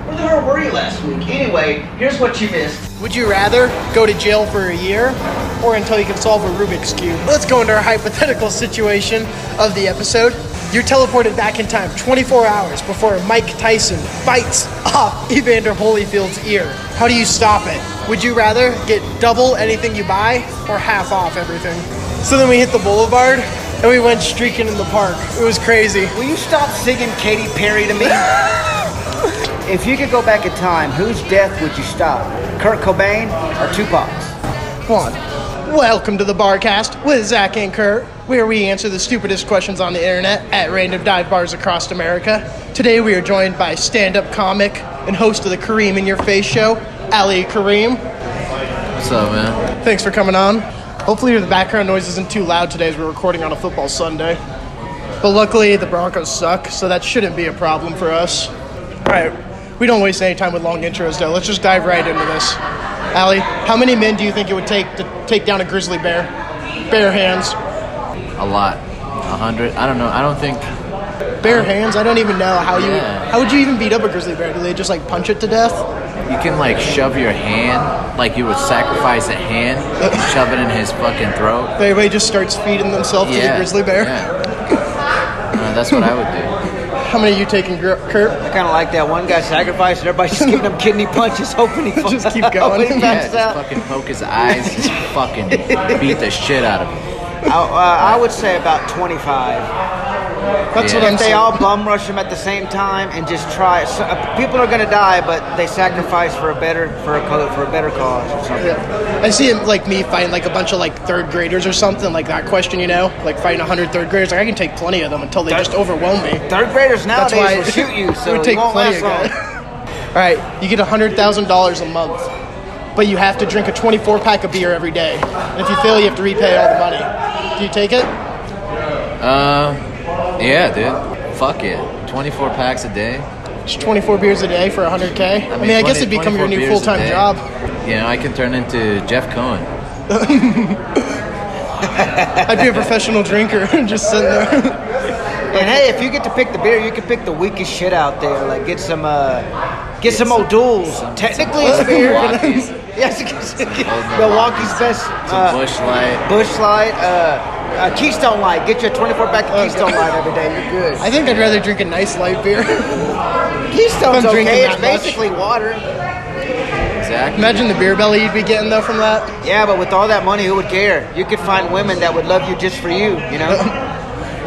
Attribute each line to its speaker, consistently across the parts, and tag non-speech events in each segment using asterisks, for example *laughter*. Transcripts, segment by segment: Speaker 1: where were you last week? Anyway, here's what you missed.
Speaker 2: Would you rather go to jail for a year or until you can solve a Rubik's Cube? Let's go into our *laughs* hypothetical situation of the episode. You're teleported back in time 24 hours before Mike Tyson bites off *laughs* Evander Holyfield's ear. How do you stop it? Would you rather get double anything you buy or half off everything? So then we hit the boulevard and we went streaking in the park. It was crazy.
Speaker 3: Will you stop singing Katy Perry *laughs* to me? if you could go back in time, whose death would you stop? Kurt Cobain or Tupac's?
Speaker 2: Come on. Welcome to the Barcast with Zach and Kurt, where we answer the stupidest questions on the internet at random dive bars across America. Today we are joined by stand up comic and host of the Kareem in Your Face show, Ali Kareem.
Speaker 4: What's up, man?
Speaker 2: Thanks for coming on. Hopefully, the background noise isn't too loud today as we're recording on a football Sunday. But luckily, the Broncos suck, so that shouldn't be a problem for us. All right, we don't waste any time with long intros, though. Let's just dive right into this. Ali, how many men do you think it would take to take down a grizzly bear? Bare hands.
Speaker 4: A lot. A hundred. I don't know. I don't think.
Speaker 2: Bare hands? I don't even know how you.
Speaker 4: Yeah.
Speaker 2: How would you even beat up a grizzly bear? Do they just like punch it to death?
Speaker 4: You can, like, shove your hand, like you would sacrifice a hand, and shove it in his fucking throat.
Speaker 2: Everybody just starts feeding themselves to the grizzly bear.
Speaker 4: Yeah. Uh, that's what I would do.
Speaker 2: How many are you taking, Gr-
Speaker 3: I
Speaker 2: Kurt?
Speaker 3: kind of like that one guy sacrificed and everybody's just *laughs* giving him kidney punches, hoping he
Speaker 2: Just
Speaker 3: falls-
Speaker 2: keep going.
Speaker 3: *laughs* hoping he
Speaker 4: Yeah,
Speaker 3: passes
Speaker 4: just
Speaker 3: out.
Speaker 4: fucking poke his eyes, just fucking beat the shit out of him.
Speaker 3: I, uh, I would say about 25.
Speaker 2: That's
Speaker 4: Yeah.
Speaker 2: what I'm
Speaker 3: If they
Speaker 2: saying.
Speaker 3: all bum rush him at the same time and just try, so, uh, people are gonna die, but they sacrifice for a better for a co- for a better cause or something.
Speaker 2: I see him like me fighting like a bunch of like third graders or something like that question, you know, like fighting a hundred third graders. Like I can take plenty of them until they just overwhelm me.
Speaker 3: Third graders
Speaker 2: That's
Speaker 3: nowadays
Speaker 2: why
Speaker 3: will shoot
Speaker 2: *laughs*
Speaker 3: you,
Speaker 2: it
Speaker 3: so
Speaker 2: would
Speaker 3: *laughs* it
Speaker 2: take
Speaker 3: won't
Speaker 2: plenty
Speaker 3: last
Speaker 2: of
Speaker 3: long.
Speaker 2: guys. All right, you get hundred thousand dollars a month, but you have to drink a twenty-four pack of beer every day. And if you fail, you have to repay all the money. Do you take it?
Speaker 4: Uh, yeah, dude. Fuck it. 24 packs a day.
Speaker 2: It's twenty-four beers a day for hundred k. I mean, I, guess
Speaker 4: 20
Speaker 2: it'd become your
Speaker 4: 24
Speaker 2: new
Speaker 4: beers a
Speaker 2: full-time
Speaker 4: day.
Speaker 2: job.
Speaker 4: You know, I can turn into Jeff Cohen.
Speaker 2: I'd be a professional drinker, *laughs* just sitting there.
Speaker 3: And hey, if you get to pick the beer, you can pick the weakest shit out there. Like get some, uh, get, some, O'Doul's. Technically, it's beer.
Speaker 4: Milwaukee's.
Speaker 3: *laughs* yes, you can-
Speaker 4: Milwaukee's.
Speaker 3: Milwaukee's best
Speaker 4: Some
Speaker 3: uh,
Speaker 4: bush light.
Speaker 3: Bush Light, uh, uh, Keystone Light. Get your 24 pack of
Speaker 2: Okay.
Speaker 3: Keystone Light every day. You're good.
Speaker 2: *laughs* I think I'd rather drink a nice light beer. *laughs*
Speaker 3: Keystone's
Speaker 2: I'm drinking
Speaker 3: okay. It's
Speaker 2: that much.
Speaker 3: basically water.
Speaker 4: Exactly.
Speaker 2: Imagine the beer belly you'd be getting though from that.
Speaker 3: Yeah, but with all that money, who would care? You could find women that would love you just for you. You know.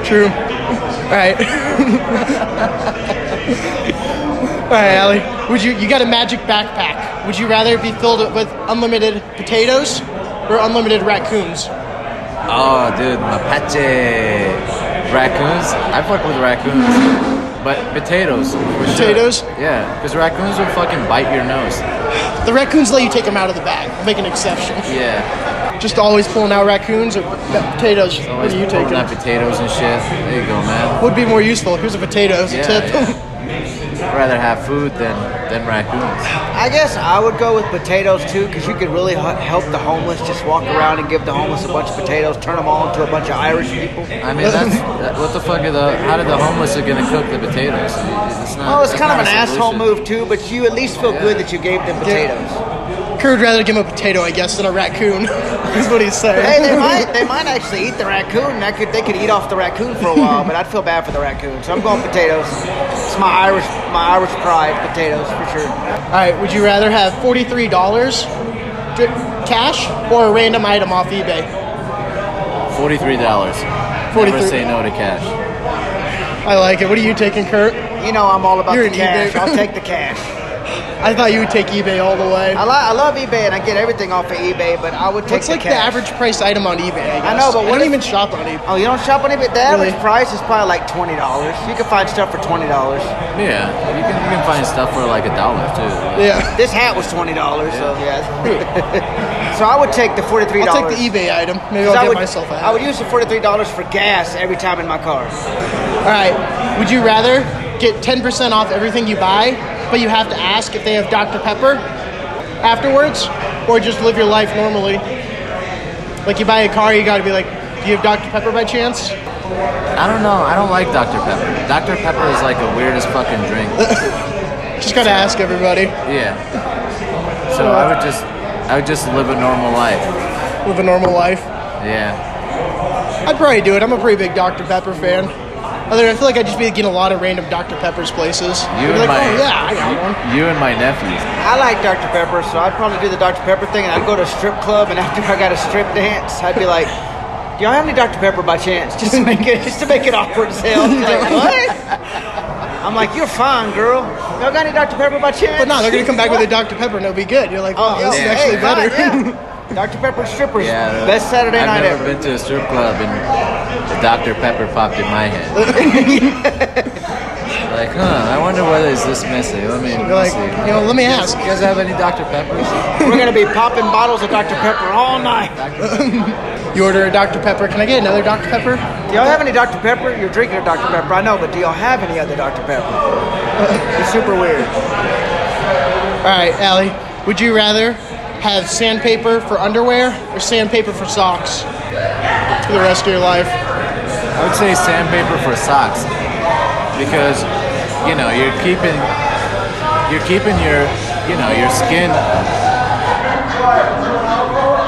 Speaker 2: True. All right. All right, Allie. Would you you got a magic backpack? Would you rather be filled with unlimited potatoes or unlimited raccoons?
Speaker 4: Oh, dude, mapache. Raccoons? I fuck with raccoons. But potatoes. for sure.
Speaker 2: Potatoes?
Speaker 4: Yeah, because raccoons will fucking bite your nose.
Speaker 2: The raccoons let you take them out of the bag. Make an exception.
Speaker 4: Yeah.
Speaker 2: Just always pulling out raccoons or p- potatoes. What
Speaker 4: Always
Speaker 2: do you
Speaker 4: pulling
Speaker 2: take?
Speaker 4: out potatoes and shit. There you go, man.
Speaker 2: Would be more useful. Here's a potato as a
Speaker 4: Yeah,
Speaker 2: tip. *laughs*
Speaker 4: I'd rather have food than, than raccoons.
Speaker 3: I guess I would go with potatoes too, because you could really h- help the homeless. Just walk around and give the homeless a bunch of potatoes, turn them all into a bunch of Irish people.
Speaker 4: I mean,
Speaker 3: *laughs*
Speaker 4: that's that, what the fuck are the? How did the homeless are gonna cook the potatoes? It's not,
Speaker 3: Oh, it's
Speaker 4: that's
Speaker 3: kind of an
Speaker 4: not a
Speaker 3: asshole
Speaker 4: solution.
Speaker 3: move too, but you at least feel good that you gave them potatoes.
Speaker 2: Kurt would rather give him a potato, I guess, than a raccoon. *laughs* That's what he's saying.
Speaker 3: Hey, they might they might actually eat the raccoon. I could they could eat off the raccoon for a while, but I'd feel bad for the raccoon. So I'm going potatoes. It's my Irish my Irish pride, potatoes for sure.
Speaker 2: All right, would you rather have $43 dri- cash or a random item off eBay?
Speaker 4: Forty-three dollars. Never
Speaker 2: 43.
Speaker 4: say no to cash.
Speaker 2: I like it. What are you taking, Kurt?
Speaker 3: You know I'm all about
Speaker 2: You're
Speaker 3: the
Speaker 2: an
Speaker 3: cash.
Speaker 2: eBay- *laughs*
Speaker 3: I'll take the cash.
Speaker 2: I thought you would take eBay all the way.
Speaker 3: I, li- I love eBay and I get everything off of eBay, but I would take
Speaker 2: What's like
Speaker 3: the
Speaker 2: the
Speaker 3: cash.
Speaker 2: average price item on eBay? I, guess.
Speaker 3: I know,
Speaker 2: I
Speaker 3: but what
Speaker 2: don't even
Speaker 3: if-
Speaker 2: shop on eBay.
Speaker 3: Oh, you don't shop on eBay. The average
Speaker 2: Really?
Speaker 3: price is probably like twenty dollars. You can find stuff for twenty dollars.
Speaker 4: Yeah, you can you can find stuff for like a dollar too.
Speaker 2: Yeah,
Speaker 3: This hat was twenty dollars. So yeah. *laughs* so I would take the forty-three dollars.
Speaker 2: I'll take the eBay item. Maybe I'll
Speaker 3: I
Speaker 2: get
Speaker 3: would,
Speaker 2: myself a
Speaker 3: I would use the forty-three dollars for gas every time in my car.
Speaker 2: All right, would you rather get 10% off everything you buy, but you have to ask if they have Dr. Pepper afterwards, or just live your life normally? Like you buy a car, you gotta be like, do you have Dr. Pepper by chance?
Speaker 4: I don't know. I don't like Dr Pepper. Dr Pepper is like the weirdest fucking drink.
Speaker 2: Just gotta ask everybody.
Speaker 4: Yeah. So I would just, I would just live a normal life.
Speaker 2: Live a normal life.
Speaker 4: Yeah.
Speaker 2: I'd probably do it. I'm a pretty big Dr. Pepper fan. Other than I feel like I'd just be getting a lot of random Dr. Pepper's places. I'd be
Speaker 4: and
Speaker 2: like,
Speaker 4: my-
Speaker 2: oh yeah, I got one.
Speaker 4: You and my nephews.
Speaker 3: I like Dr. Pepper, so I'd probably do the Dr. Pepper thing, and I'd go to a strip club, and *laughs* after I got a strip dance, I'd be like, "Do y'all have any Dr. Pepper by chance?" *laughs* Just to make it, just to make it awkward as hell. She's like, what?
Speaker 2: *laughs*
Speaker 3: I'm like, "You're fine, girl. Y'all got any Dr. Pepper by chance?"
Speaker 2: But no, they're gonna come back with a Dr. Pepper and it'll be good. You're like, oh, this
Speaker 4: yeah.
Speaker 2: is actually
Speaker 3: hey,
Speaker 2: better.
Speaker 3: God, yeah. *laughs* Dr. Pepper strippers,
Speaker 4: Yeah.
Speaker 3: best Saturday
Speaker 4: I've
Speaker 3: night
Speaker 4: never
Speaker 3: ever.
Speaker 4: been to a strip club and the Dr. Pepper popped in my head.
Speaker 2: *laughs*
Speaker 4: like, huh? I wonder whether it's this messy. Let
Speaker 2: *laughs*
Speaker 4: me.
Speaker 2: You're like, you know, let me ask.
Speaker 4: You guys have any Dr. Peppers?
Speaker 3: We're gonna be popping bottles of Dr. Pepper all night.
Speaker 2: You order a Dr. Pepper. Can I get another Dr. Pepper?
Speaker 3: Do y'all have any Dr. Pepper? You're drinking a Dr. Pepper, I know, but do y'all have any other Dr. Pepper? *laughs* It's super weird.
Speaker 2: All right, Allie. Would you rather have sandpaper for underwear or sandpaper for socks for the rest of your life?
Speaker 4: I would say sandpaper for socks because you know you're keeping you're keeping your you know your skin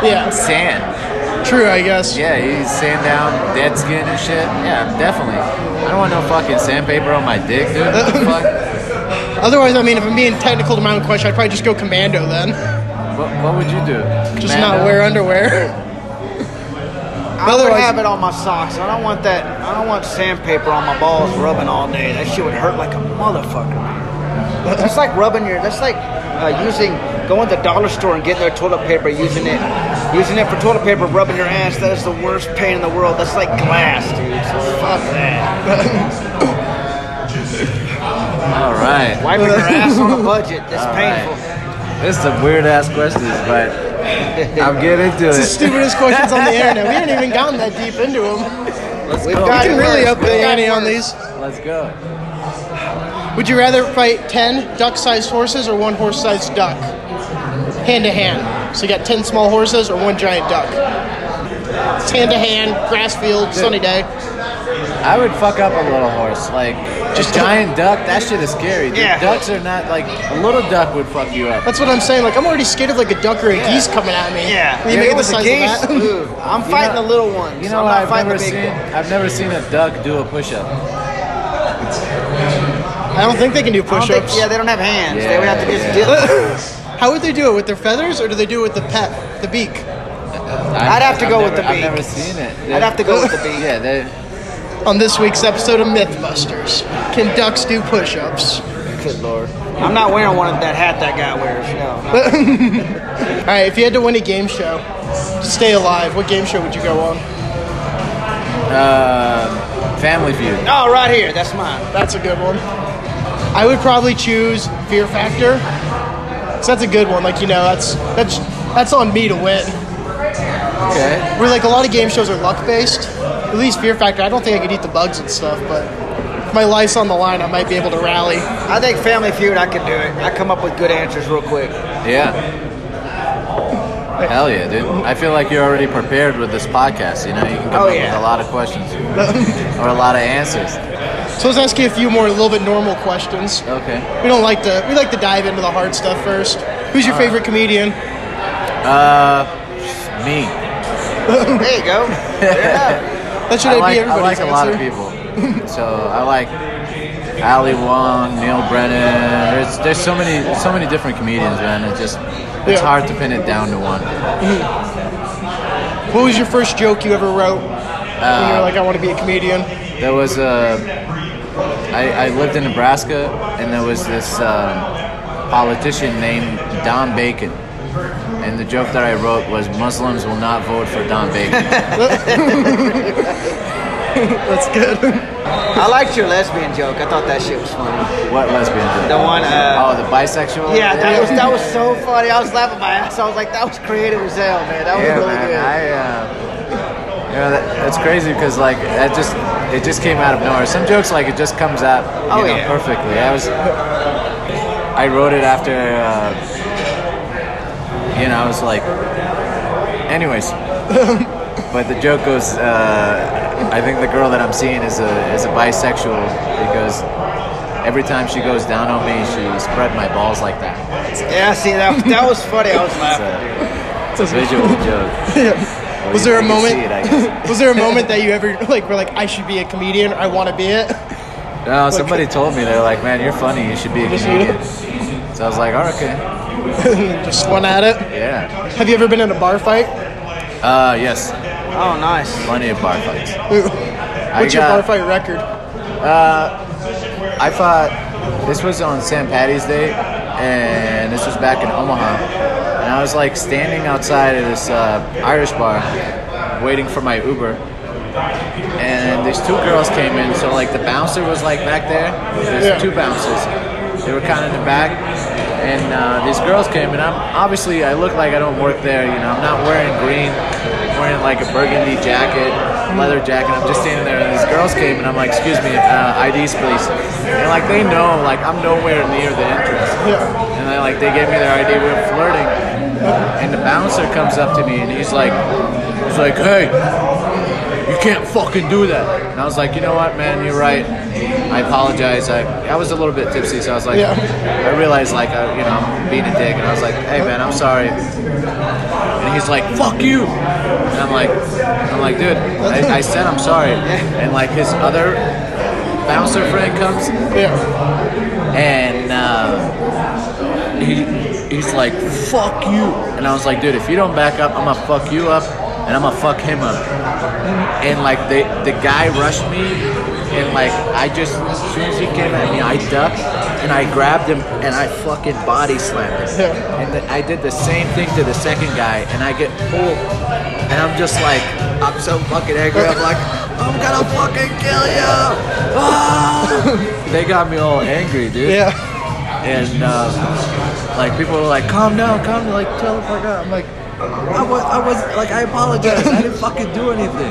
Speaker 2: Yeah,
Speaker 4: sand.
Speaker 2: true, I guess.
Speaker 4: Yeah, you sand down dead skin and shit. Yeah, definitely. I don't want no fucking sandpaper on my dick, dude. What the fuck?
Speaker 2: Otherwise, I mean, if I'm being technical to my own question, I'd probably just go commando then. *laughs*
Speaker 4: What, what would you do?
Speaker 2: Just
Speaker 4: Commando?
Speaker 2: not wear underwear.
Speaker 3: I would
Speaker 2: Otherwise-
Speaker 3: have it on my socks. I don't want that. I don't want sandpaper on my balls rubbing all day. That shit would hurt like a motherfucker. That's like rubbing your. That's like uh, using going to the dollar store and getting their toilet paper, using it, using it for toilet paper, rubbing your ass. That is the worst pain in the world. That's like glass, dude. So fuck that.
Speaker 4: All right.
Speaker 3: Wiping your ass on a budget. That's
Speaker 4: All right.
Speaker 3: painful.
Speaker 4: This is some weird ass questions, but I'll get into
Speaker 2: the
Speaker 4: it.
Speaker 2: stupidest questions on the internet. We haven't even gotten that deep into them.
Speaker 4: Let's
Speaker 3: We've
Speaker 4: go.
Speaker 2: We
Speaker 3: got-
Speaker 2: can really
Speaker 3: Worse,
Speaker 2: up the
Speaker 3: worse,
Speaker 2: ante on
Speaker 3: worse.
Speaker 2: these.
Speaker 4: Let's go.
Speaker 2: Would you rather fight 10 duck sized horses or one horse sized duck? Hand to hand. So you got 10 small horses or one giant duck. It's hand to hand, grass field, sunny day.
Speaker 4: I would fuck up a little horse, like just giant duck. That shit is scary. dude.
Speaker 3: Yeah.
Speaker 4: Ducks are not like a little duck would fuck you up.
Speaker 2: That's what I'm saying. Like, I'm already scared of like a duck or a geese coming at me.
Speaker 3: Yeah.
Speaker 2: When You
Speaker 4: Yeah,
Speaker 2: make it
Speaker 4: it
Speaker 2: the
Speaker 4: was a
Speaker 2: size
Speaker 3: Geese.
Speaker 2: of that.
Speaker 3: *laughs*
Speaker 2: *laughs*
Speaker 3: Dude, I'm fighting
Speaker 4: know-
Speaker 3: the little ones.
Speaker 4: You know
Speaker 3: I'm
Speaker 4: what?
Speaker 3: not
Speaker 4: I've
Speaker 3: fighting
Speaker 4: never
Speaker 3: the big
Speaker 4: seen.
Speaker 3: ones.
Speaker 4: I've never seen a duck do a push-up.
Speaker 2: I don't think they can do
Speaker 3: I
Speaker 2: push
Speaker 3: don't think-
Speaker 2: ups.
Speaker 3: Yeah, they don't have hands.
Speaker 4: Yeah,
Speaker 3: they would have to just
Speaker 4: yeah.
Speaker 3: deal.
Speaker 4: *laughs*
Speaker 2: How would they do it? With their feathers or do they do it with the pet, the beak?
Speaker 4: I'd
Speaker 3: have to go with the
Speaker 4: I've
Speaker 3: beak.
Speaker 4: never seen it.
Speaker 3: I'd have to go with the beak.
Speaker 4: Yeah, they-
Speaker 2: On this week's episode of Mythbusters Can ducks do push *laughs* ups?
Speaker 3: Good lord. I'm not wearing one of that hat that guy wears. No.
Speaker 2: All right, if you had to win a game show to stay alive, what game show would you go on?
Speaker 4: uh, Family Feud.
Speaker 3: Oh, right here. That's mine.
Speaker 2: That's a good one. I would probably choose Fear Factor. So that's a good one. Like you know, that's that's that's on me to win.
Speaker 4: Okay.
Speaker 2: Where like a lot of game shows are luck based. At least Fear Factor. I don't think I could eat the bugs and stuff, but if my life's on the line, I might be able to rally.
Speaker 3: I think Family Feud. I could do it. I come up with good answers real quick.
Speaker 4: Yeah. Hell yeah, dude. I feel like you're already prepared with this podcast. You know, you can come
Speaker 3: Oh,
Speaker 4: up
Speaker 3: yeah.
Speaker 4: with a lot of questions or a lot of answers.
Speaker 2: So let's ask you a few more, a little bit normal questions.
Speaker 4: Okay.
Speaker 2: We don't like to we like to dive into the hard stuff first. Who's your favorite comedian?
Speaker 4: Uh, me.
Speaker 3: There you go.
Speaker 2: That should
Speaker 4: I
Speaker 2: be
Speaker 4: like, I
Speaker 2: everybody's
Speaker 4: like a
Speaker 2: answer.
Speaker 4: lot of people. so I like Ali Wong, Neil Brennan. There's there's so many so many different comedians, man. It's just it's
Speaker 2: Yeah.
Speaker 4: hard to pin it down to one.
Speaker 2: What was your first joke you ever wrote? when you
Speaker 4: Uh,
Speaker 2: were like, I want to be a comedian.
Speaker 4: *laughs* There was a. I, I lived in Nebraska, and there was this um, politician named Don Bacon. And the joke that I wrote was Muslims will not vote for Don
Speaker 3: *laughs*
Speaker 4: Bacon.
Speaker 2: That's good.
Speaker 3: I liked your lesbian joke. I thought that shit was funny.
Speaker 4: what lesbian joke?
Speaker 3: The one. Uh,
Speaker 4: oh, the bisexual?
Speaker 3: yeah, that was that was *laughs* so funny. I was laughing my ass. I was like, that was creative as hell, man. That was
Speaker 4: yeah,
Speaker 3: really
Speaker 4: man.
Speaker 3: good.
Speaker 4: I, uh, you know, that, that's crazy because like that just it just came out of nowhere. Some jokes like it just comes out you
Speaker 3: Oh,
Speaker 4: know,
Speaker 3: yeah.
Speaker 4: perfectly. I was I wrote it after uh, you know I was like, anyways. but the joke goes, uh, I think the girl that I'm seeing is a is a bisexual because Every time she goes down on me, she spread my balls like that.
Speaker 3: Yeah, see that that was funny. I was *laughs* laughing.
Speaker 4: It's a visual joke. Well,
Speaker 2: Was
Speaker 4: you-
Speaker 2: there a
Speaker 4: you can
Speaker 2: moment-
Speaker 4: see
Speaker 2: *laughs*
Speaker 4: it, I guess.
Speaker 2: Was there a moment that you ever like were like, I should be a comedian, I want to be it? *laughs*
Speaker 4: No, somebody told me they're like, "Man, you're funny. You should be a
Speaker 2: Just
Speaker 4: comedian." So I was like, "Oh, okay,
Speaker 2: Just swung at it.
Speaker 4: yeah."
Speaker 2: Have you ever been in a bar fight? *laughs*
Speaker 4: Uh, yes,
Speaker 3: Oh, nice.
Speaker 4: plenty of bar fights. I
Speaker 2: What's your bar
Speaker 4: got-
Speaker 2: fight record?
Speaker 4: I fought. This was on St. Patty's Day, and this was back in Omaha. And I was like standing outside of this uh, Irish bar, waiting for my Uber. And these two girls came in. So like the bouncer was like back there. There's
Speaker 2: Yeah.
Speaker 4: two bouncers. They were kind of in the back, and uh, these girls came. And I'm obviously I look like I don't work there. You know, I'm not wearing green. I'm wearing like a burgundy jacket, leather jacket. I'm just standing there, and these girls came, and I'm like, "Excuse me, uh, IDs, please." And like they know, like I'm nowhere near the entrance.
Speaker 2: Yeah.
Speaker 4: And they like they gave me their ID. We were flirting, and the bouncer comes up to me, and he's like, "He's like, hey, you can't fucking do that. And I was like, you know what, man, you're right. I apologize. I, I was a little bit tipsy, so I was like,
Speaker 2: Yeah.
Speaker 4: I realized like, I, you know, I'm being a dick, and I was like, hey, man, I'm sorry. And he's like, fuck you. And I'm like, I'm like, dude, I, I said I'm sorry. And like his other bouncer friend comes,
Speaker 2: Yeah.
Speaker 4: and uh, he, he's like, "Fuck you!" And I was like, "Dude, if you don't back up, I'm gonna fuck you up, and I'm gonna fuck him up." And like the the guy rushed me, and like I just as soon as he came at me, I ducked and I grabbed him and I fucking body slammed him.
Speaker 2: Yeah.
Speaker 4: And th- I did the same thing to the second guy, and I get pulled, and I'm just like, I'm so fucking angry. I'm like, I'm gonna fucking kill you!
Speaker 2: *laughs*
Speaker 4: Ah! they got me all angry, dude
Speaker 2: Yeah. *laughs*
Speaker 4: and um, like people were like, "Calm down, calm down, like tell the fuck out." I'm like, I was, I was like, I apologize, I didn't fucking do anything.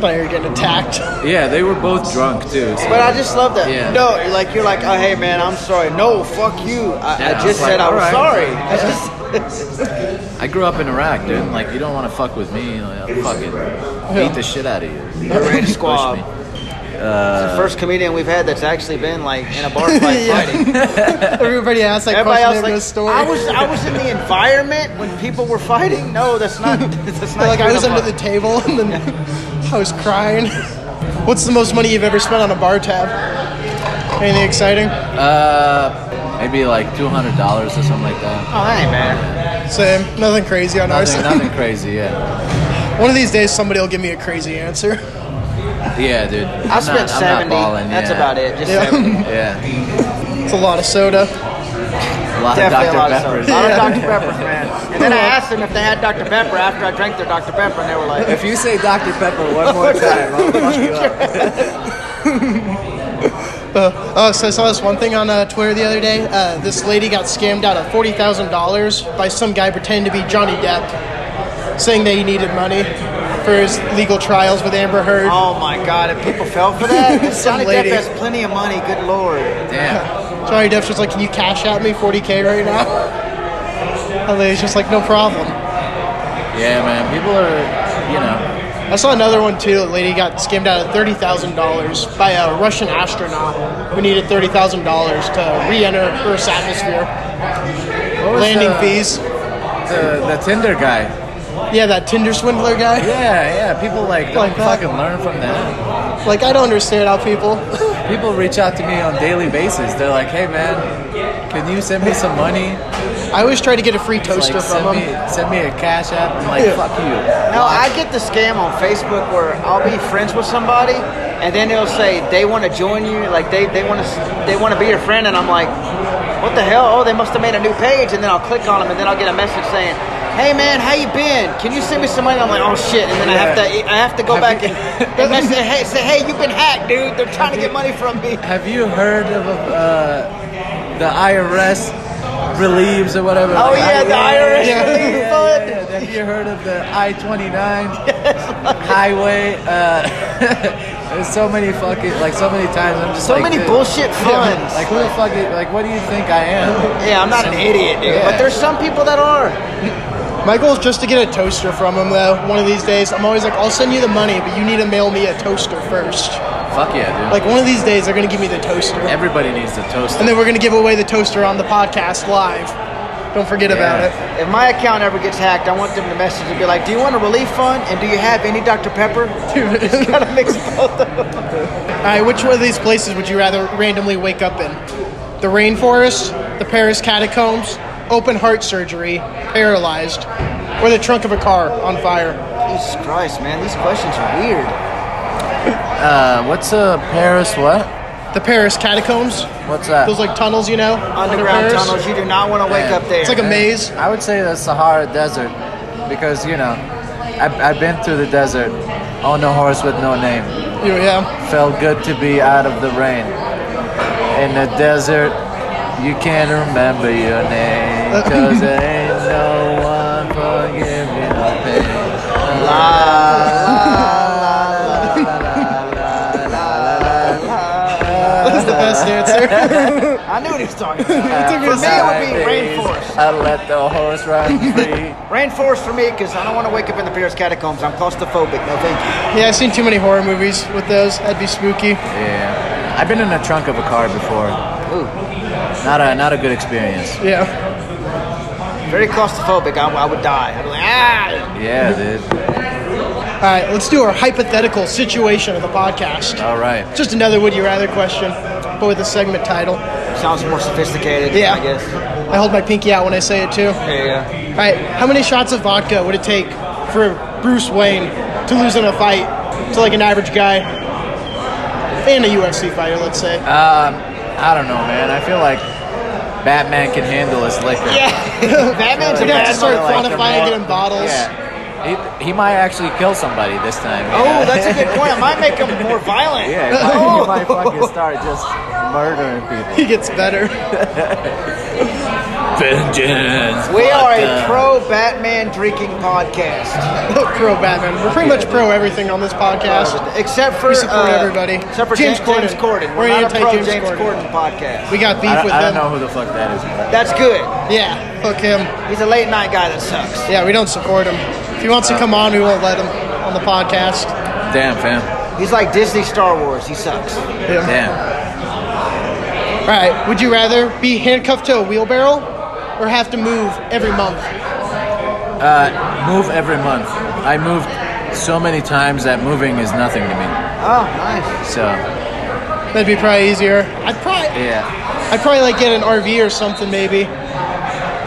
Speaker 2: Now you're getting attacked. *laughs*
Speaker 4: Yeah, they were both drunk too. so-
Speaker 3: But I just love that.
Speaker 4: Yeah.
Speaker 3: No, you're like you're like, oh hey man, I'm sorry. No, fuck you. I,
Speaker 4: Yeah,
Speaker 3: I
Speaker 4: I was
Speaker 3: just
Speaker 4: like,
Speaker 3: said I was
Speaker 4: alright.
Speaker 3: sorry.
Speaker 4: Yeah.
Speaker 3: That's just- *laughs*
Speaker 4: I grew up in Iraq, dude. Like you don't want to fuck with me. Like, I'll fucking beat the shit out of you.
Speaker 3: Iraq
Speaker 4: Push
Speaker 3: squad.
Speaker 4: me.
Speaker 3: it's the first comedian we've had that's actually been like in a bar *laughs* fight
Speaker 2: Yeah.
Speaker 3: fighting.
Speaker 2: Everybody asks like
Speaker 3: Everybody
Speaker 2: question
Speaker 3: else
Speaker 2: over
Speaker 3: like
Speaker 2: a story.
Speaker 3: I was I was in the environment when people were fighting. No, that's *laughs* not that's not
Speaker 2: like I
Speaker 3: good
Speaker 2: was
Speaker 3: enough.
Speaker 2: under the table and then *laughs* I was crying. What's the most money you've ever spent on a bar tab? Anything exciting?
Speaker 4: Uh, maybe like two hundred dollars or something like that.
Speaker 3: Oh, hey man.
Speaker 2: Same. Nothing crazy on ours.
Speaker 4: Nothing, nothing crazy, yeah.
Speaker 2: One of these days, somebody will give me a crazy answer.
Speaker 4: Yeah, dude.
Speaker 3: I spent seventy. that's about it. Just
Speaker 2: Yeah.
Speaker 3: 70.
Speaker 2: *laughs*
Speaker 4: Yeah,
Speaker 2: It's a lot of soda.
Speaker 4: a lot
Speaker 3: Definitely a lot
Speaker 4: of
Speaker 3: of soda.
Speaker 4: Dr. Peppers.
Speaker 3: A lot *laughs* of Dr. Peppers, man. And then
Speaker 2: *laughs*
Speaker 3: I asked them if they had Dr. Pepper after I drank their Dr. Pepper, and they were like,
Speaker 4: If you say Dr. Pepper one more time, I'll fuck you up.
Speaker 2: Uh, oh, so I saw this one thing on uh, Twitter the other day. Uh, this lady got scammed out of forty thousand dollars by some guy pretending to be Johnny Depp, saying that he needed money for his legal trials with Amber Heard.
Speaker 3: oh my god, if people fell for
Speaker 2: *laughs*
Speaker 3: that,
Speaker 2: Some
Speaker 3: Johnny
Speaker 2: lady.
Speaker 3: Depp has plenty of money, good lord.
Speaker 4: Damn.
Speaker 2: Johnny Depp's just like, "Can you cash out me forty k right now?" And lady's just like, "No problem."
Speaker 4: Yeah, man. People are, you know,
Speaker 2: I saw another one too. A lady got scammed out of thirty thousand dollars by a Russian astronaut who needed thirty thousand dollars to re-enter Earth's atmosphere. Landing
Speaker 4: the-
Speaker 2: fees.
Speaker 4: the, the Tinder guy.
Speaker 2: Yeah, that Tinder swindler guy.
Speaker 4: Yeah, yeah. People like don't
Speaker 2: Like that.
Speaker 4: fucking learn from that.
Speaker 2: Like I don't understand how people. *laughs*
Speaker 4: People reach out to me on daily basis. They're like, "Hey, man, can you send me some money?
Speaker 2: I always try to get a free
Speaker 4: It's
Speaker 2: toaster
Speaker 4: Like,
Speaker 2: from
Speaker 4: send me,
Speaker 2: them.
Speaker 4: send me a cash app." I'm like,
Speaker 2: Yeah.
Speaker 4: "Fuck you."
Speaker 3: No, I get the scam on Facebook where I'll be friends with somebody, and then they'll say they want to join you, like they, they want to they want to be your friend, and I'm like, what the hell? Oh, they must have made a new page, and then I'll click on them, and then I'll get a message saying, hey man, how you been? Can you send me some money? I'm like, oh shit, and then I have to I have to go back and *laughs* and message, hey, say, hey, you've been hacked, dude. They're trying to get money from me.
Speaker 4: Have you heard of uh, the IRS relieves or whatever?
Speaker 3: Oh
Speaker 4: Like,
Speaker 3: yeah, the
Speaker 4: *laughs*
Speaker 3: IRS
Speaker 2: Yeah.
Speaker 3: relief fund.
Speaker 4: Yeah, have you heard of the I 29 highway? Uh, *laughs* there's so many fucking, like, so many times I'm just
Speaker 3: So
Speaker 4: like,
Speaker 3: many
Speaker 4: dude, *laughs*
Speaker 3: bullshit funds.
Speaker 4: Like, who the fuck, is, like, what do you think I am?
Speaker 3: yeah, I'm not an idiot, dude. But there's some people that are.
Speaker 2: My goal is just to get a toaster from them though. One of these days, I'm always like, "I'll send you the money, but you need to mail me a toaster first.
Speaker 4: Fuck yeah, dude.
Speaker 2: Like one of these days, they're gonna give me the toaster, and
Speaker 4: Everybody needs to toast.
Speaker 2: then we're gonna give away the toaster on the podcast live. Don't forget about
Speaker 4: Yeah.
Speaker 2: it.
Speaker 3: If my account ever gets hacked, I want them to message and be like, "Do you want a relief fund? And do you have any Dr. *laughs* Pepper?" Dude, gotta mix both of them.
Speaker 2: All right, which one of these places would you rather randomly wake up in? The rainforest, the Paris catacombs, open heart surgery, paralyzed, or the trunk of a car on fire?
Speaker 3: Jesus Christ, man, these questions are weird.
Speaker 4: Uh, what's uh, Paris? What?
Speaker 2: The Paris catacombs,
Speaker 4: What's that?
Speaker 2: those like tunnels, you know, under
Speaker 3: Underground
Speaker 2: Paris.
Speaker 3: tunnels, you do not want to wake
Speaker 4: Yeah.
Speaker 3: up there.
Speaker 2: It's like a maze.
Speaker 4: I would say the Sahara Desert because you know I've, I've been through the desert on a horse with no name.
Speaker 2: You know, yeah.
Speaker 4: Felt good to be out of the rain. In the desert, you can't remember your name because there ain't no one for giving a pain.
Speaker 2: That's the best
Speaker 4: *laughs*
Speaker 2: answer.
Speaker 3: *laughs* I knew what *laughs* he was talking about.
Speaker 4: For
Speaker 3: me, it would be rainforest.
Speaker 4: I let the
Speaker 3: *laughs*
Speaker 4: horse run free.
Speaker 3: Rainforest for me, because I don't want to wake up in the Paris catacombs. I'm claustrophobic. No, thank you.
Speaker 2: yeah, I've seen too many horror movies with those. That'd be spooky.
Speaker 4: yeah, I've been in the trunk of a car before.
Speaker 3: Ooh,
Speaker 4: Not a not a good experience.
Speaker 2: Yeah.
Speaker 3: very claustrophobic. I, I would die. I'd be like, ah.
Speaker 4: Yeah, dude.
Speaker 2: All right, let's do our hypothetical situation of the podcast.
Speaker 4: All right.
Speaker 2: Just another would you rather question, but with a segment title.
Speaker 3: "Ah!" Sounds more sophisticated.
Speaker 2: Yeah.
Speaker 3: I guess.
Speaker 2: I hold my pinky out when I say it too. All
Speaker 3: Yeah.
Speaker 2: right, how many shots of vodka would it take for Bruce Wayne to lose in a fight to like an average guy and a UFC fighter, let's
Speaker 4: *laughs*
Speaker 2: say?
Speaker 4: Um, I don't know, man. I feel like Batman can handle his liquor.
Speaker 3: Batman's a
Speaker 2: Yeah,
Speaker 3: bad
Speaker 2: just start
Speaker 3: mother, like him, man.
Speaker 2: quantifying it in bottles.
Speaker 4: Yeah. He, he might actually kill somebody this time.
Speaker 3: Oh, that's a good point. I might make him more violent.
Speaker 4: *laughs* yeah, he might, he might fucking start just murdering people.
Speaker 2: He gets better. *laughs*
Speaker 4: Vengeance.
Speaker 3: We are
Speaker 4: uh,
Speaker 3: a pro Batman drinking podcast,
Speaker 2: pro Batman. We're pretty much pro everything on this podcast.
Speaker 3: except for
Speaker 2: We support
Speaker 3: uh,
Speaker 2: everybody.
Speaker 3: Except for
Speaker 2: James
Speaker 3: James, James
Speaker 2: Corden.
Speaker 3: Corden.
Speaker 2: We're
Speaker 3: We're not a pro
Speaker 2: anti-James
Speaker 3: James
Speaker 2: Corden
Speaker 3: Corden, podcast.
Speaker 2: We got beef
Speaker 4: I don't,
Speaker 2: with
Speaker 4: I
Speaker 2: them.
Speaker 4: don't know who the fuck that is. but-
Speaker 3: That's good.
Speaker 2: Yeah, fuck him.
Speaker 3: He's a late night guy that sucks.
Speaker 2: Yeah, we don't support him. If he
Speaker 4: Uh,
Speaker 2: wants to come on, we won't let him on the podcast.
Speaker 4: Damn, fam.
Speaker 3: He's like Disney Star Wars. He sucks.
Speaker 4: Damn.
Speaker 2: All right. Would you rather be handcuffed to a wheelbarrow or have to move every month?
Speaker 4: Uh, move every month. I moved so many times that moving is nothing to me.
Speaker 3: Oh, nice.
Speaker 4: So,
Speaker 2: That'd be probably easier. I'd probably,
Speaker 4: yeah.
Speaker 2: I'd probably like get an RV or something maybe.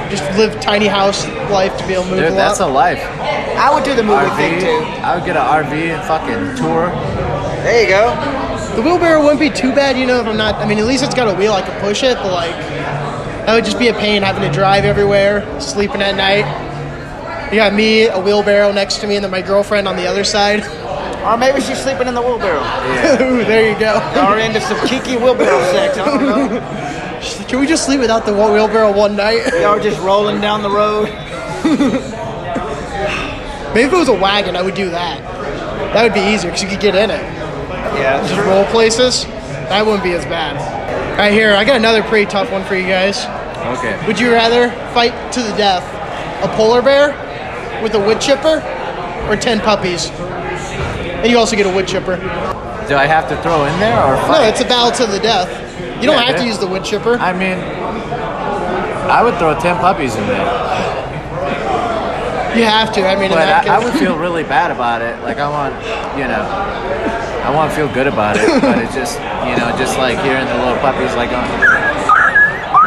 Speaker 2: Just live tiny house life to be able to move
Speaker 4: Dude,
Speaker 2: a
Speaker 4: that's a
Speaker 2: lot.
Speaker 4: life.
Speaker 3: I would do the movie thing
Speaker 4: RV.
Speaker 3: too.
Speaker 4: I would get an RV and fucking tour.
Speaker 3: There you go.
Speaker 2: the wheelbarrow wouldn't be too bad, you know. If I'm not, I mean, at least it's got a wheel I can push it. But like, that would just be a pain having to drive everywhere, sleeping at night. You got me, a wheelbarrow next to me, and then my girlfriend on the other side. *laughs*
Speaker 3: Or maybe she's sleeping in the wheelbarrow.
Speaker 2: Ooh, there you go.
Speaker 3: Or into some kinky wheelbarrow sex. I don't know.
Speaker 2: Can we just sleep without the wheelbarrow one night? *laughs*
Speaker 3: Y'all are just rolling down the road.
Speaker 2: Maybe if it was a wagon, I would do that. That would be easier because you could get in it.
Speaker 3: Yeah.
Speaker 2: Just roll places. That wouldn't be as bad. All right, here, I got another pretty tough one for you guys.
Speaker 4: Okay.
Speaker 2: Would you rather fight to the death a polar bear with a wood chipper or 10 puppies? And you also get a wood chipper.
Speaker 4: Do I have to throw in there or
Speaker 2: No,
Speaker 4: fight?
Speaker 2: it's a battle to the death. You don't
Speaker 4: Yeah,
Speaker 2: have to
Speaker 4: yeah.
Speaker 2: use the wood chipper.
Speaker 4: I mean, I would throw 10 puppies in there.
Speaker 2: You have to. I mean, in
Speaker 4: But
Speaker 2: that
Speaker 4: I,
Speaker 2: case-
Speaker 4: I would feel really bad about it. Like, I want, you know, I want to feel good about it. But it's just, you know, just like hearing the little puppies, like, um, going,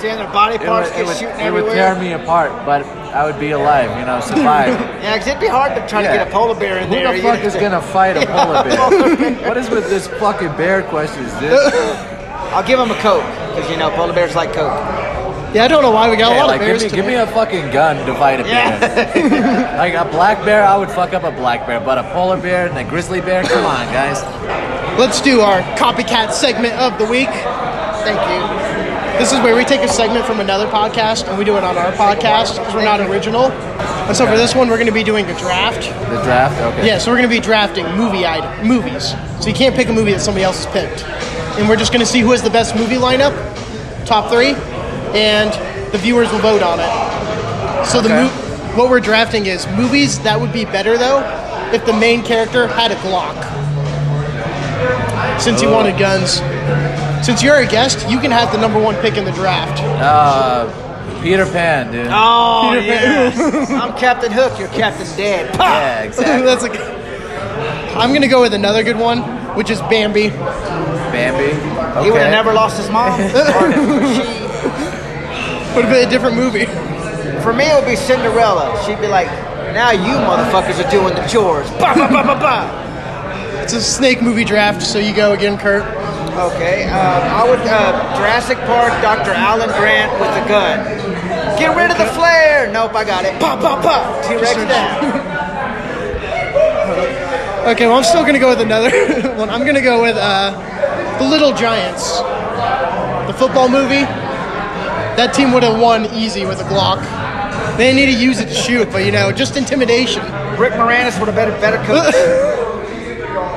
Speaker 3: Seeing their body
Speaker 4: it would,
Speaker 3: parts
Speaker 4: it
Speaker 3: get
Speaker 4: would,
Speaker 3: shooting
Speaker 4: it would
Speaker 3: everywhere.
Speaker 4: tear me apart. But I would be alive, you
Speaker 3: *laughs*
Speaker 4: know, survive.
Speaker 3: Yeah, because it'd be hard to try
Speaker 4: Yeah.
Speaker 3: to get a polar bear in
Speaker 4: Who
Speaker 3: there.
Speaker 4: the
Speaker 3: you
Speaker 4: fuck
Speaker 3: know.
Speaker 4: is gonna fight a
Speaker 3: *laughs*
Speaker 4: polar bear? what is with this fucking bear questions, dude?
Speaker 3: I'll give him a coke because you know polar bears like
Speaker 4: *laughs*
Speaker 3: coke.
Speaker 2: yeah, I don't know why we got a
Speaker 4: Yeah,
Speaker 2: lot
Speaker 4: like
Speaker 2: of
Speaker 4: give
Speaker 2: bears.
Speaker 4: me, give me
Speaker 2: today.
Speaker 4: a fucking gun to fight a bear. *laughs* like a black bear, I would fuck up a black bear, but a polar bear and a grizzly bear, come on, guys.
Speaker 2: Let's do our copycat segment of the week. Thank you. This is where we take a segment from another podcast and we do it on our podcast because we're not original. And so for this one, we're going to be doing a draft.
Speaker 4: The draft, okay.
Speaker 2: Yeah, so we're going to be drafting movie item, movies. So you can't pick a movie that somebody else has picked. And we're just going to see who has the best movie lineup, top three, and the viewers will vote on it. So the
Speaker 4: Okay.
Speaker 2: mo- what we're drafting is movies that would be better though if the main character had a Glock. Since you wanted guns. Since you're a guest, you can have the number one pick in the draft.
Speaker 4: Uh, Peter Pan, dude.
Speaker 3: Oh, yes. I'm Captain Hook. You're Captain Dead. *laughs* Pow!
Speaker 2: *laughs*
Speaker 4: Yeah, exactly.
Speaker 2: That's a. I'm gonna go with another good one, which is Bambi.
Speaker 4: Bambi. Okay.
Speaker 3: He would have never lost his mom.
Speaker 4: *laughs*
Speaker 3: Or
Speaker 2: Would have been a different movie.
Speaker 3: she, for me, it would be Cinderella. She'd be like, "Now you motherfuckers are doing the chores." Bah, bah, bah, bah, bah.
Speaker 4: *laughs*
Speaker 2: It's a snake movie draft, so you go again, Kurt.
Speaker 3: Okay, uh, I would uh, Jurassic Park, Dr. Alan Grant with a gun. Get rid of the flare. Nope, I got it. Pop, pop, pop. T Rex down.
Speaker 2: Okay, well, I'm still gonna go with another *laughs* one. I'm gonna go with uh, The Little Giants, the football movie. That team would have won easy with a Glock. They need to use it to shoot, but you know, just intimidation.
Speaker 3: Rick Moranis would have been a better
Speaker 4: *laughs*
Speaker 3: coach.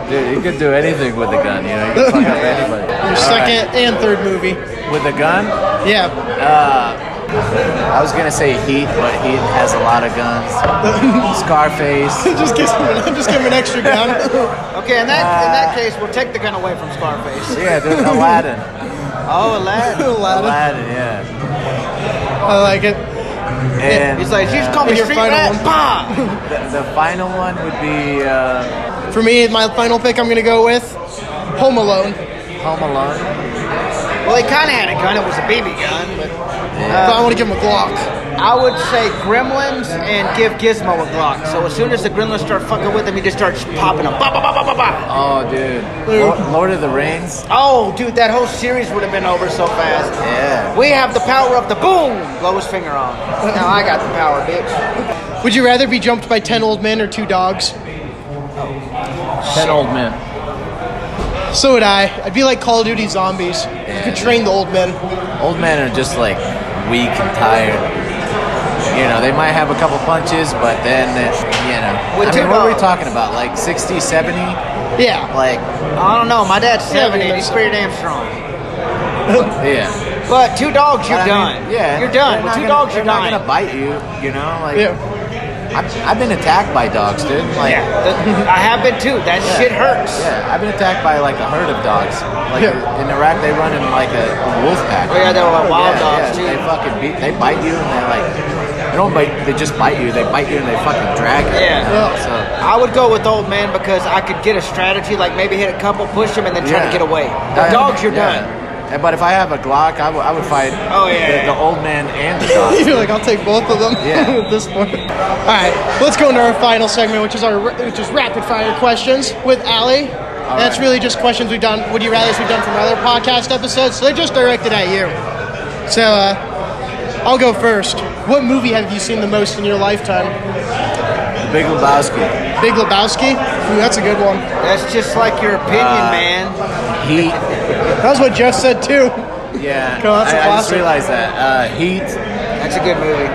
Speaker 4: Dude, you could do anything with a gun, you know? You could fuck up anybody.
Speaker 3: *laughs*
Speaker 2: Your second and third movie.
Speaker 4: With a gun?
Speaker 2: Yeah, *laughs*
Speaker 4: I was gonna say Heat, but Heat has a lot of
Speaker 3: *laughs*
Speaker 4: guns. Scarface.
Speaker 2: just give him, just give him an extra gun.
Speaker 3: Okay, in that in
Speaker 4: Ah.
Speaker 3: that case, we'll take the gun away from Scarface.
Speaker 4: Yeah, dude, Aladdin.
Speaker 3: Oh, *laughs* Aladdin.
Speaker 2: Aladdin.
Speaker 4: *laughs* Aladdin, yeah.
Speaker 2: I like it.
Speaker 4: And uh,
Speaker 3: He's like, you just call me
Speaker 2: And your
Speaker 3: Street
Speaker 2: final
Speaker 3: Rat.
Speaker 2: one.
Speaker 3: Bah!
Speaker 4: the, the final one would be uh,
Speaker 2: For me, my final pick I'm gonna go with Home Alone.
Speaker 4: Home Alone.
Speaker 3: Well, he kind of had a gun. It was a BB gun, but uh,
Speaker 2: but I want to give him a Glock.
Speaker 3: I would say Gremlins and give Gizmo a Glock. So as soon as the Gremlins start fucking with him, he just starts popping them. Bah, bah, bah, bah, bah, bah.
Speaker 4: Oh, dude. Lord, Lord of the Rings.
Speaker 3: Oh, dude, that whole series would have been over so fast.
Speaker 4: Yeah.
Speaker 3: We have the power of the boom. Blow his finger on. Now I got the power, bitch.
Speaker 2: Would you rather be jumped by ten old men or two dogs?
Speaker 4: That old man.
Speaker 2: So would I. I'd be like Call of Duty zombies. You could train the old men.
Speaker 4: Old men are just like weak and tired. You know, they might have a couple punches, but then, uh, you know.
Speaker 3: With
Speaker 4: I mean,
Speaker 3: two
Speaker 4: what are we
Speaker 3: dogs.
Speaker 4: talking about? Like 60, 70?
Speaker 2: Yeah. *laughs*
Speaker 4: Like,
Speaker 3: I don't know. My dad's
Speaker 2: Yeah,
Speaker 3: 70.
Speaker 2: but-
Speaker 3: He's pretty damn strong.
Speaker 4: yeah.
Speaker 3: But two dogs, you're
Speaker 4: But I
Speaker 3: done.
Speaker 4: mean, yeah,
Speaker 3: you're done. With two
Speaker 4: They're not gonna-
Speaker 3: dogs, you're
Speaker 4: they're not
Speaker 3: done.
Speaker 4: gonna bite you. You know, like
Speaker 2: Yeah.
Speaker 4: I've, I've been attacked by dogs, dude. Like,
Speaker 3: Yeah, that-
Speaker 4: *laughs*
Speaker 3: I have been too. That
Speaker 4: Yeah.
Speaker 3: shit hurts.
Speaker 4: yeah, I've been attacked by like a herd of dogs. Like
Speaker 2: Yeah.
Speaker 4: in Iraq, they run in like a, a wolf pack.
Speaker 3: Oh, yeah, they were like wild
Speaker 4: Yeah,
Speaker 3: dogs,
Speaker 4: yeah,
Speaker 3: too.
Speaker 4: They fucking beat. They bite you, and they like they don't bite. They just bite you. They bite you, and they fucking drag you.
Speaker 3: Yeah.
Speaker 4: you know, So
Speaker 3: I would go with old man because I could get a strategy, like maybe hit a couple, push him, and then try
Speaker 4: Yeah.
Speaker 3: to get away. The
Speaker 4: I-
Speaker 3: dogs, you're
Speaker 4: yeah.
Speaker 3: done.
Speaker 4: Yeah, But if I have a Glock, I would- I would fight
Speaker 3: Oh, yeah,
Speaker 4: the,
Speaker 3: yeah.
Speaker 4: the old man and
Speaker 2: *laughs*
Speaker 4: the dog.
Speaker 2: You're like, I'll take both of them *laughs*
Speaker 4: Yeah.
Speaker 2: at this point. All right, let's go into our final segment, which is our which is rapid fire questions with Ali. That's
Speaker 4: right.
Speaker 2: really just questions we've done. Would you rather we've done from other podcast episodes? So they're just directed at you. So uh, I'll go first. What movie have you seen the most in your lifetime?
Speaker 4: The Big Lebowski.
Speaker 2: Big Lebowski. Ooh, that's a good one.
Speaker 3: That's just like your opinion,
Speaker 4: Uh,
Speaker 3: man.
Speaker 4: Heat.
Speaker 2: That was what Jeff said too. *laughs*
Speaker 4: Yeah.
Speaker 2: Come on, Oh, that's a
Speaker 4: I, I just
Speaker 2: classic.
Speaker 4: realized that. Uh, heat.
Speaker 3: That's a good movie.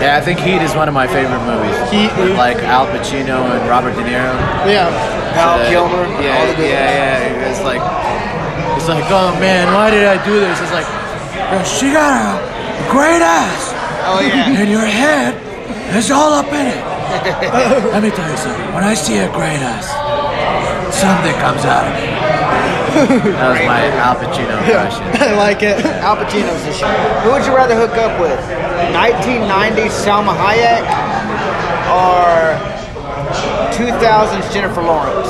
Speaker 4: Yeah, I think Heat is one of my favorite movies.
Speaker 2: Heat, Heat.
Speaker 4: like Al Pacino and Robert De Niro.
Speaker 2: Yeah. *laughs*
Speaker 3: Val
Speaker 4: The-
Speaker 3: Kilmer.
Speaker 4: Yeah,
Speaker 3: all the
Speaker 4: yeah,
Speaker 3: good
Speaker 4: yeah. It's like, it's like, oh man, why did I do this? It's like, "Well, she got a great ass,
Speaker 3: Oh
Speaker 4: *laughs*
Speaker 3: yeah.
Speaker 4: and your head is all up in
Speaker 3: *laughs*
Speaker 4: it. Let me tell you something. When I see a great ass, something comes out
Speaker 3: *laughs*
Speaker 4: of me. that was my Al Pacino
Speaker 3: *laughs*
Speaker 4: impression.
Speaker 2: I like it.
Speaker 3: Al Pacino's the shit. Who would you rather hook up with? 1990s Salma Hayek or 2000s Jennifer Lawrence?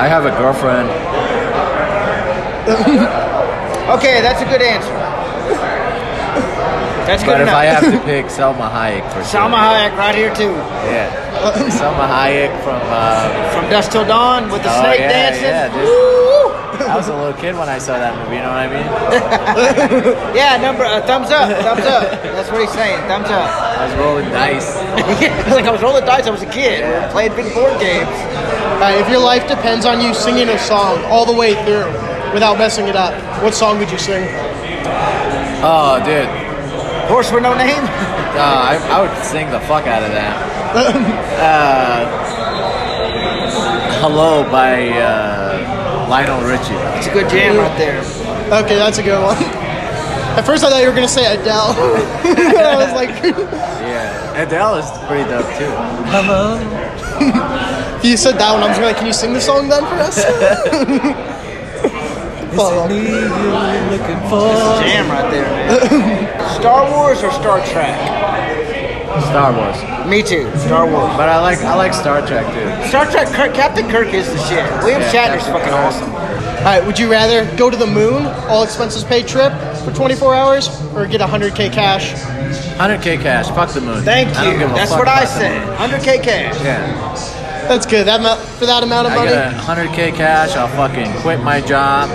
Speaker 4: I have a girlfriend.
Speaker 3: Okay, that's a good answer. That's good
Speaker 4: But if
Speaker 3: enough.
Speaker 4: I have to pick Selma Hayek for sure.
Speaker 3: Salma Hayek right here too.
Speaker 4: Yeah. Selma Hayek from. Uh,
Speaker 3: From Dusk Till Dawn with the
Speaker 4: *laughs* Oh,
Speaker 3: snake
Speaker 4: yeah,
Speaker 3: dancing.
Speaker 4: yeah, dude.
Speaker 3: Woo!
Speaker 4: I was a little kid when I saw that movie. You know what I mean?
Speaker 3: Yeah, number uh, thumbs up, thumbs up. That's what he's saying. Thumbs up. *laughs*
Speaker 4: I was rolling dice.
Speaker 3: it's like I was rolling dice. I was a kid. Played big board games.
Speaker 2: All right, Uh, if your life depends on you singing a song all the way through without messing it up, what song would you sing?
Speaker 4: Oh, dude.
Speaker 3: Horse with no name.
Speaker 4: Uh, I, I would sing the fuck out of that. uh, Hello by uh, Lionel Richie.
Speaker 3: It's a good jam right there.
Speaker 2: Okay, that's a good one. *laughs* At first, I thought you were gonna say Adele. *laughs* I was like, *laughs*
Speaker 4: Yeah, Adele is pretty dope too.
Speaker 2: if you said that one, I was like, can you sing the song then for us? *laughs* Follow.
Speaker 3: Damn right there, man.
Speaker 4: *laughs*
Speaker 3: Star Wars or Star Trek?
Speaker 4: Star Wars,
Speaker 3: Me too. Star Wars.
Speaker 4: but I like I like Star Trek too.
Speaker 3: Star Trek. Kirk, Captain Kirk is the shit. William
Speaker 4: Yeah,
Speaker 3: Shatner's fucking
Speaker 4: Captain Kirk.
Speaker 3: awesome.
Speaker 2: All right, would you rather go to the moon, all expenses paid trip for 24 hours, or get 100k cash?
Speaker 4: 100k cash. Fuck the moon.
Speaker 3: Thank
Speaker 4: I don't
Speaker 3: you.
Speaker 4: give a
Speaker 3: That's
Speaker 4: fuck
Speaker 3: what I
Speaker 4: about the
Speaker 3: said.
Speaker 4: moon.
Speaker 3: 100k cash.
Speaker 4: Yeah,
Speaker 2: That's good. That amount, for that amount of
Speaker 4: I
Speaker 2: money.
Speaker 4: get a 100k cash. I'll fucking quit my job.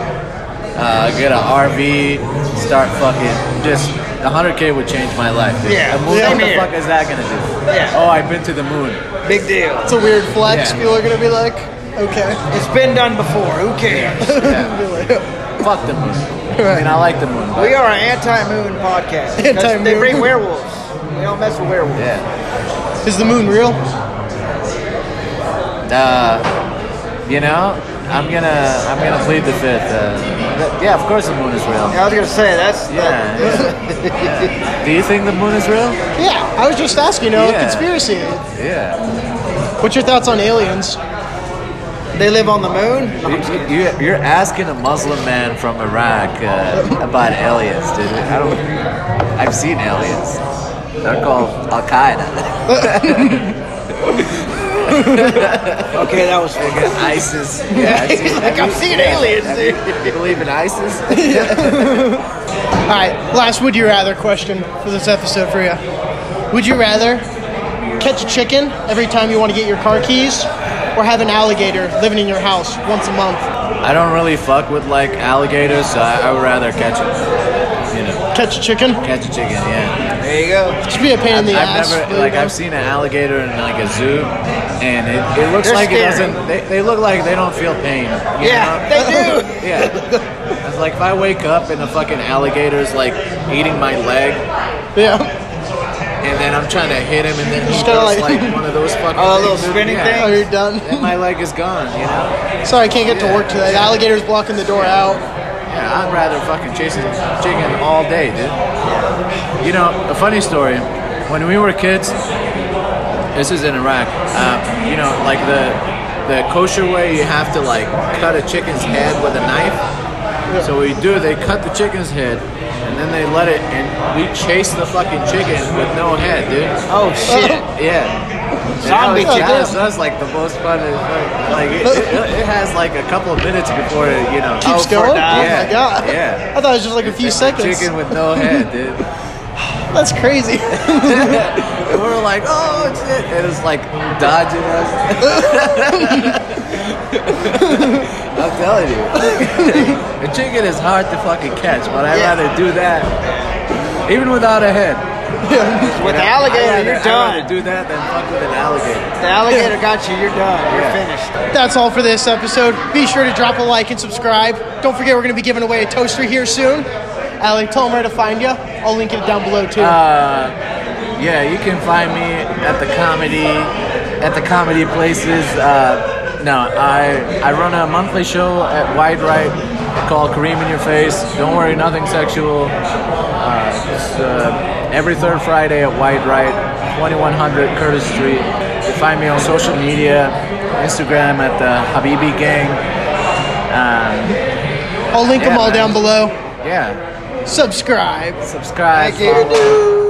Speaker 4: Uh, get a RV. Start fucking just. The 100k would change my life. dude.
Speaker 3: Yeah,
Speaker 4: The moon,
Speaker 3: same
Speaker 4: what the
Speaker 3: here.
Speaker 4: fuck is that gonna do?
Speaker 3: Yeah.
Speaker 4: Oh, I've been to the moon.
Speaker 3: Big deal.
Speaker 2: It's a weird flex.
Speaker 4: Yeah.
Speaker 2: People are gonna be like, okay.
Speaker 3: It's been done before. Who
Speaker 4: *laughs*
Speaker 3: cares?
Speaker 4: Yeah.
Speaker 3: *laughs*
Speaker 4: fuck the moon. I mean, I like the moon. But
Speaker 3: we are an anti-moon podcast. because
Speaker 2: Anti-moon.
Speaker 3: They bring werewolves. We don't mess with werewolves.
Speaker 4: Yeah.
Speaker 2: Is the moon real?
Speaker 4: Uh, you know, I'm gonna I'm gonna plead the fifth. Uh, th- yeah, of course the moon is real.
Speaker 3: Yeah, I was gonna say that's
Speaker 4: Yeah.
Speaker 3: That, *laughs*
Speaker 4: *laughs* Do you think the moon is real?
Speaker 2: Yeah, I was just asking. You know,
Speaker 4: Yeah.
Speaker 2: conspiracy.
Speaker 4: Yeah.
Speaker 2: What's your thoughts on aliens?
Speaker 3: they live on the moon. No, I'm just kidding.
Speaker 4: You, you, are asking a Muslim man from Iraq uh, about aliens, dude. I don't. I've seen aliens. They're called Al Qaeda,
Speaker 3: Okay, that was good.
Speaker 4: *laughs* ISIS. Yeah, I've
Speaker 3: *laughs*
Speaker 4: seen,
Speaker 3: Like, I've seen aliens, dude.
Speaker 4: You believe in ISIS?
Speaker 2: All right, last would you rather question for this episode for you. Would you rather catch a chicken every time you want to get your car keys, or have an alligator living in your house once a month?
Speaker 4: I don't really fuck with like alligators, so I, I would rather catch it. You know,
Speaker 2: Catch a chicken?
Speaker 4: catch a chicken. Yeah.
Speaker 3: There you go.
Speaker 2: It should be a pain in the
Speaker 4: I've
Speaker 2: ass. but,
Speaker 4: never
Speaker 2: you
Speaker 4: like
Speaker 2: know.
Speaker 4: I've seen an alligator in like a zoo, and it, it looks
Speaker 3: They're
Speaker 4: like it
Speaker 3: scary.
Speaker 4: doesn't. They, they look like they don't feel pain. you
Speaker 3: Yeah,
Speaker 4: know?
Speaker 3: they
Speaker 4: *laughs*
Speaker 3: do.
Speaker 4: yeah. It's like if I wake up and the fucking alligator's like eating my leg,
Speaker 2: yeah.
Speaker 4: and then I'm trying to hit him, and then he
Speaker 2: Just kinda
Speaker 4: does
Speaker 2: like-
Speaker 4: like, one of those fucking
Speaker 3: Oh, a little
Speaker 4: things.
Speaker 3: spinning
Speaker 2: Oh,
Speaker 4: yeah.
Speaker 2: you're done.
Speaker 4: And my leg is gone, you know.
Speaker 2: Sorry, I can't get to work today. The alligator's blocking the door out.
Speaker 4: Yeah, I'd rather fucking chase a chicken all day, dude. You know, a funny story. When we were kids, this is in Iraq. Um, you know, like the the kosher way, you have to like cut a chicken's head with a knife. So we do. They cut the chicken's head, and then they let it. And we chase the fucking chicken with no head, dude.
Speaker 3: Oh
Speaker 2: *laughs*
Speaker 3: shit.
Speaker 4: Yeah.
Speaker 3: Zombie
Speaker 4: And that was-
Speaker 3: chicken.
Speaker 4: That was, that was like the most fun. Like, like it, it, it has like a couple of minutes before it, you know.
Speaker 2: Keeps
Speaker 3: for
Speaker 2: going.
Speaker 3: now.
Speaker 2: Oh my god.
Speaker 4: Yeah.
Speaker 2: *laughs* I thought it was just like a few seconds.
Speaker 4: Chicken with no head, dude.
Speaker 2: That's crazy.
Speaker 4: And we were like, oh shit! It was like dodging us. I'm telling you, *laughs* a chicken is hard to fucking catch, but I'd
Speaker 3: Yeah.
Speaker 4: rather do that, even without a head.
Speaker 3: With the
Speaker 4: I'd
Speaker 3: alligator,
Speaker 4: rather-
Speaker 3: you're
Speaker 4: I'd
Speaker 3: done.
Speaker 4: rather do that than fuck with an alligator.
Speaker 3: The alligator got you. You're done. You're finished.
Speaker 2: That's all for this episode. Be sure to drop a like and subscribe. Don't forget, we're going to be giving away a toaster here soon. Ali, tell them where to find you. I'll link it down below too.
Speaker 4: Uh, yeah, you can find me at the comedy, at the comedy places. Uh, no, I I run a monthly show at Wide Right called Kareem in Your Face. Don't worry, nothing sexual. Uh, it's uh, every third Friday at Wide Right, 2100 Curtis Street. You can find me on social media, Instagram at the Habibi Gang. Um,
Speaker 2: I'll link them
Speaker 4: yeah,
Speaker 2: all
Speaker 4: man.
Speaker 2: down below.
Speaker 4: yeah,
Speaker 2: Subscribe.
Speaker 4: subscribe.
Speaker 3: Thank you.
Speaker 4: follow.